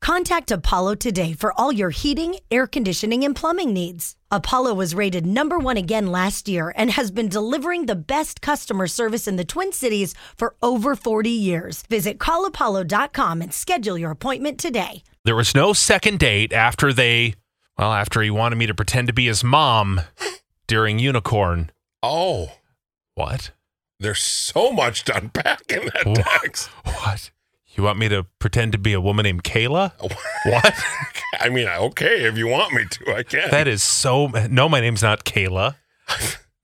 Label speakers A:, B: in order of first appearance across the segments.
A: Contact Apollo today for all your heating, air conditioning, and plumbing needs. Apollo was rated number one again last year and has been delivering the best customer service in the Twin Cities for over 40 years. Visit callapollo.com and schedule your appointment today.
B: There was no second date after they, well, after he wanted me to pretend to be his mom during Unicorn.
C: Oh,
B: What?
C: there's so much to unpack in that
B: Wha-
C: text.
B: What? You want me to pretend to be a woman named Kayla? What?
C: I mean, okay, if you want me to, I can.
B: that is so. No, my name's not Kayla.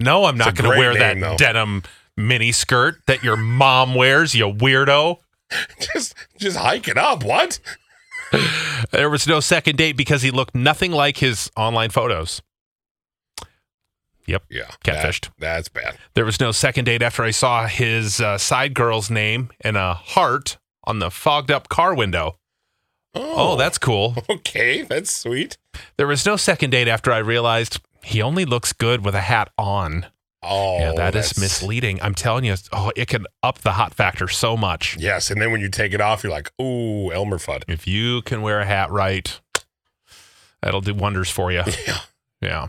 B: No, I'm not
C: a
B: going to
C: great
B: wear that
C: name, though.
B: denim mini skirt that your mom wears, you weirdo.
C: just just hike it up. What?
B: There was no second date because he looked nothing like his online photos. Yep.
C: Yeah,
B: Catfished.
C: that- that's bad.
B: There was no second date after I saw his uh, side girl's name and a heart on the fogged up car window. Oh, that's cool.
C: okay. That's sweet.
B: There was no second date after I realized he only looks good with a hat on.
C: Oh,
B: yeah, that is
C: that's-
B: misleading. I'm telling you, oh, it can up the hot factor so much.
C: Yes, and then when you take it off, you're like, ooh, Elmer Fudd.
B: If you can wear a hat right, that'll do wonders for you.
C: Yeah,
B: Yeah,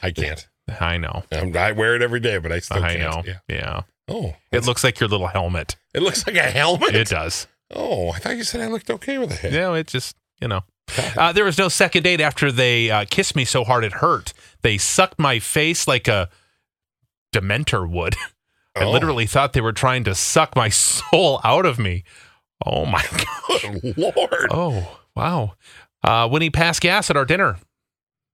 C: I can't.
B: I know.
C: I'm, I wear it every day, but I still
B: I
C: can't.
B: know.
C: Yeah.
B: yeah.
C: Oh,
B: It looks like your little helmet.
C: it looks like a helmet.
B: It does.
C: oh, I thought you said I looked okay with a
B: You
C: head.
B: know, it just, you know. Uh, there was no second date after they uh, kissed me so hard it hurt. They sucked my face like a dementor would. I
C: Oh.
B: literally thought they were trying to suck my soul out of me. Oh my god.
C: Good lord. Oh.
B: Oh, wow. Uh, when he passed gas at our dinner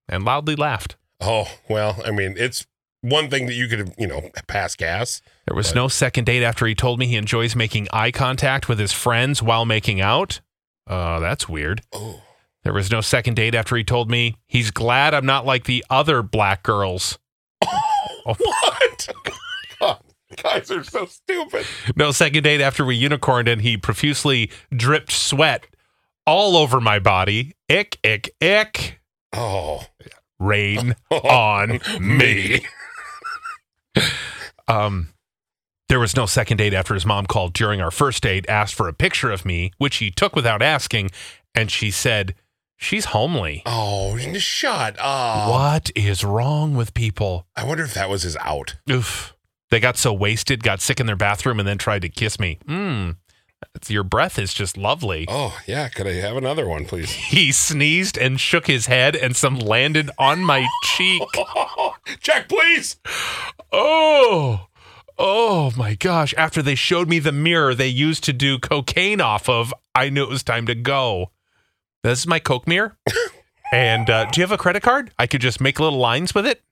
B: and loudly laughed.
C: Oh, well, I mean, it's one thing that you could, you know, pass gas.
B: There was no second date after he told me he enjoys making eye contact with his friends while making out. Uh, that's weird.
C: Oh,
B: There was no second date after he told me he's glad I'm not like the other black girls.
C: Oh, what? God, guys are so stupid.
B: No second date after we unicorned and he profusely dripped sweat all over my body. Ick, ick, ick.
C: Oh,
B: Rain on me. Um, there was no second date after his mom called during our first date, asked for a picture of me, which he took without asking, and she said, She's homely.
C: Oh, shut up.
B: What is wrong with people?
C: I wonder if that was his out.
B: Oof. They got so wasted, got sick in their bathroom, and then tried to kiss me. Mmm. Your breath is just lovely.
C: Oh, yeah. Could I have another one, please?
B: He sneezed and shook his head, and some landed on my cheek.
C: Oh, Check, please.
B: Oh, oh my gosh. After they showed me the mirror they used to do cocaine off of, I knew it was time to go. This is my Coke mirror. and uh, do you have a credit card? I could just make little lines with it.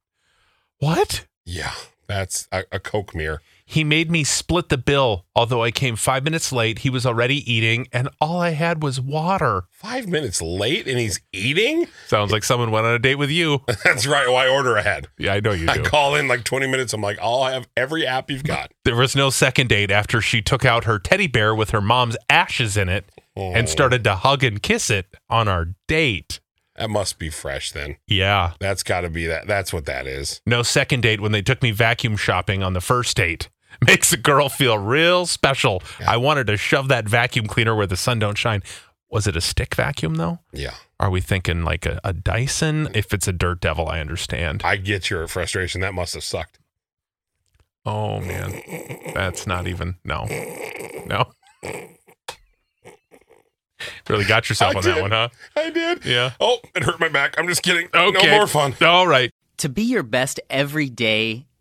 B: What?
C: Yeah, that's a, a Coke mirror.
B: He made me split the bill. Although I came five minutes late, he was already eating, and all I had was water.
C: Five minutes late and he's eating?
B: Sounds like someone went on a date with you.
C: That's right. Why order ahead?
B: Yeah, I know you
C: I
B: do.
C: call in like 20 minutes. I'm like, I'll have every app you've got.
B: There was no second date after she took out her teddy bear with her mom's ashes in it and
C: Oh.
B: started to hug and kiss it on our date.
C: That must be fresh then.
B: Yeah.
C: That's got to be that. That's what that is.
B: No second date when they took me vacuum shopping on the first date. Makes a girl feel real special. I wanted to shove that vacuum cleaner where the sun don't shine. Was it a stick vacuum though?
C: Yeah.
B: Are we thinking like a, a Dyson? If it's a dirt devil, I understand.
C: I get your frustration. That must have sucked.
B: Oh man, that's not even no, no. really got yourself
C: I
B: on that
C: did.
B: one, huh?
C: I did.
B: Yeah.
C: Oh, it hurt my back. I'm just kidding.
B: Okay.
C: No more fun.
B: All right.
D: To be your best every day,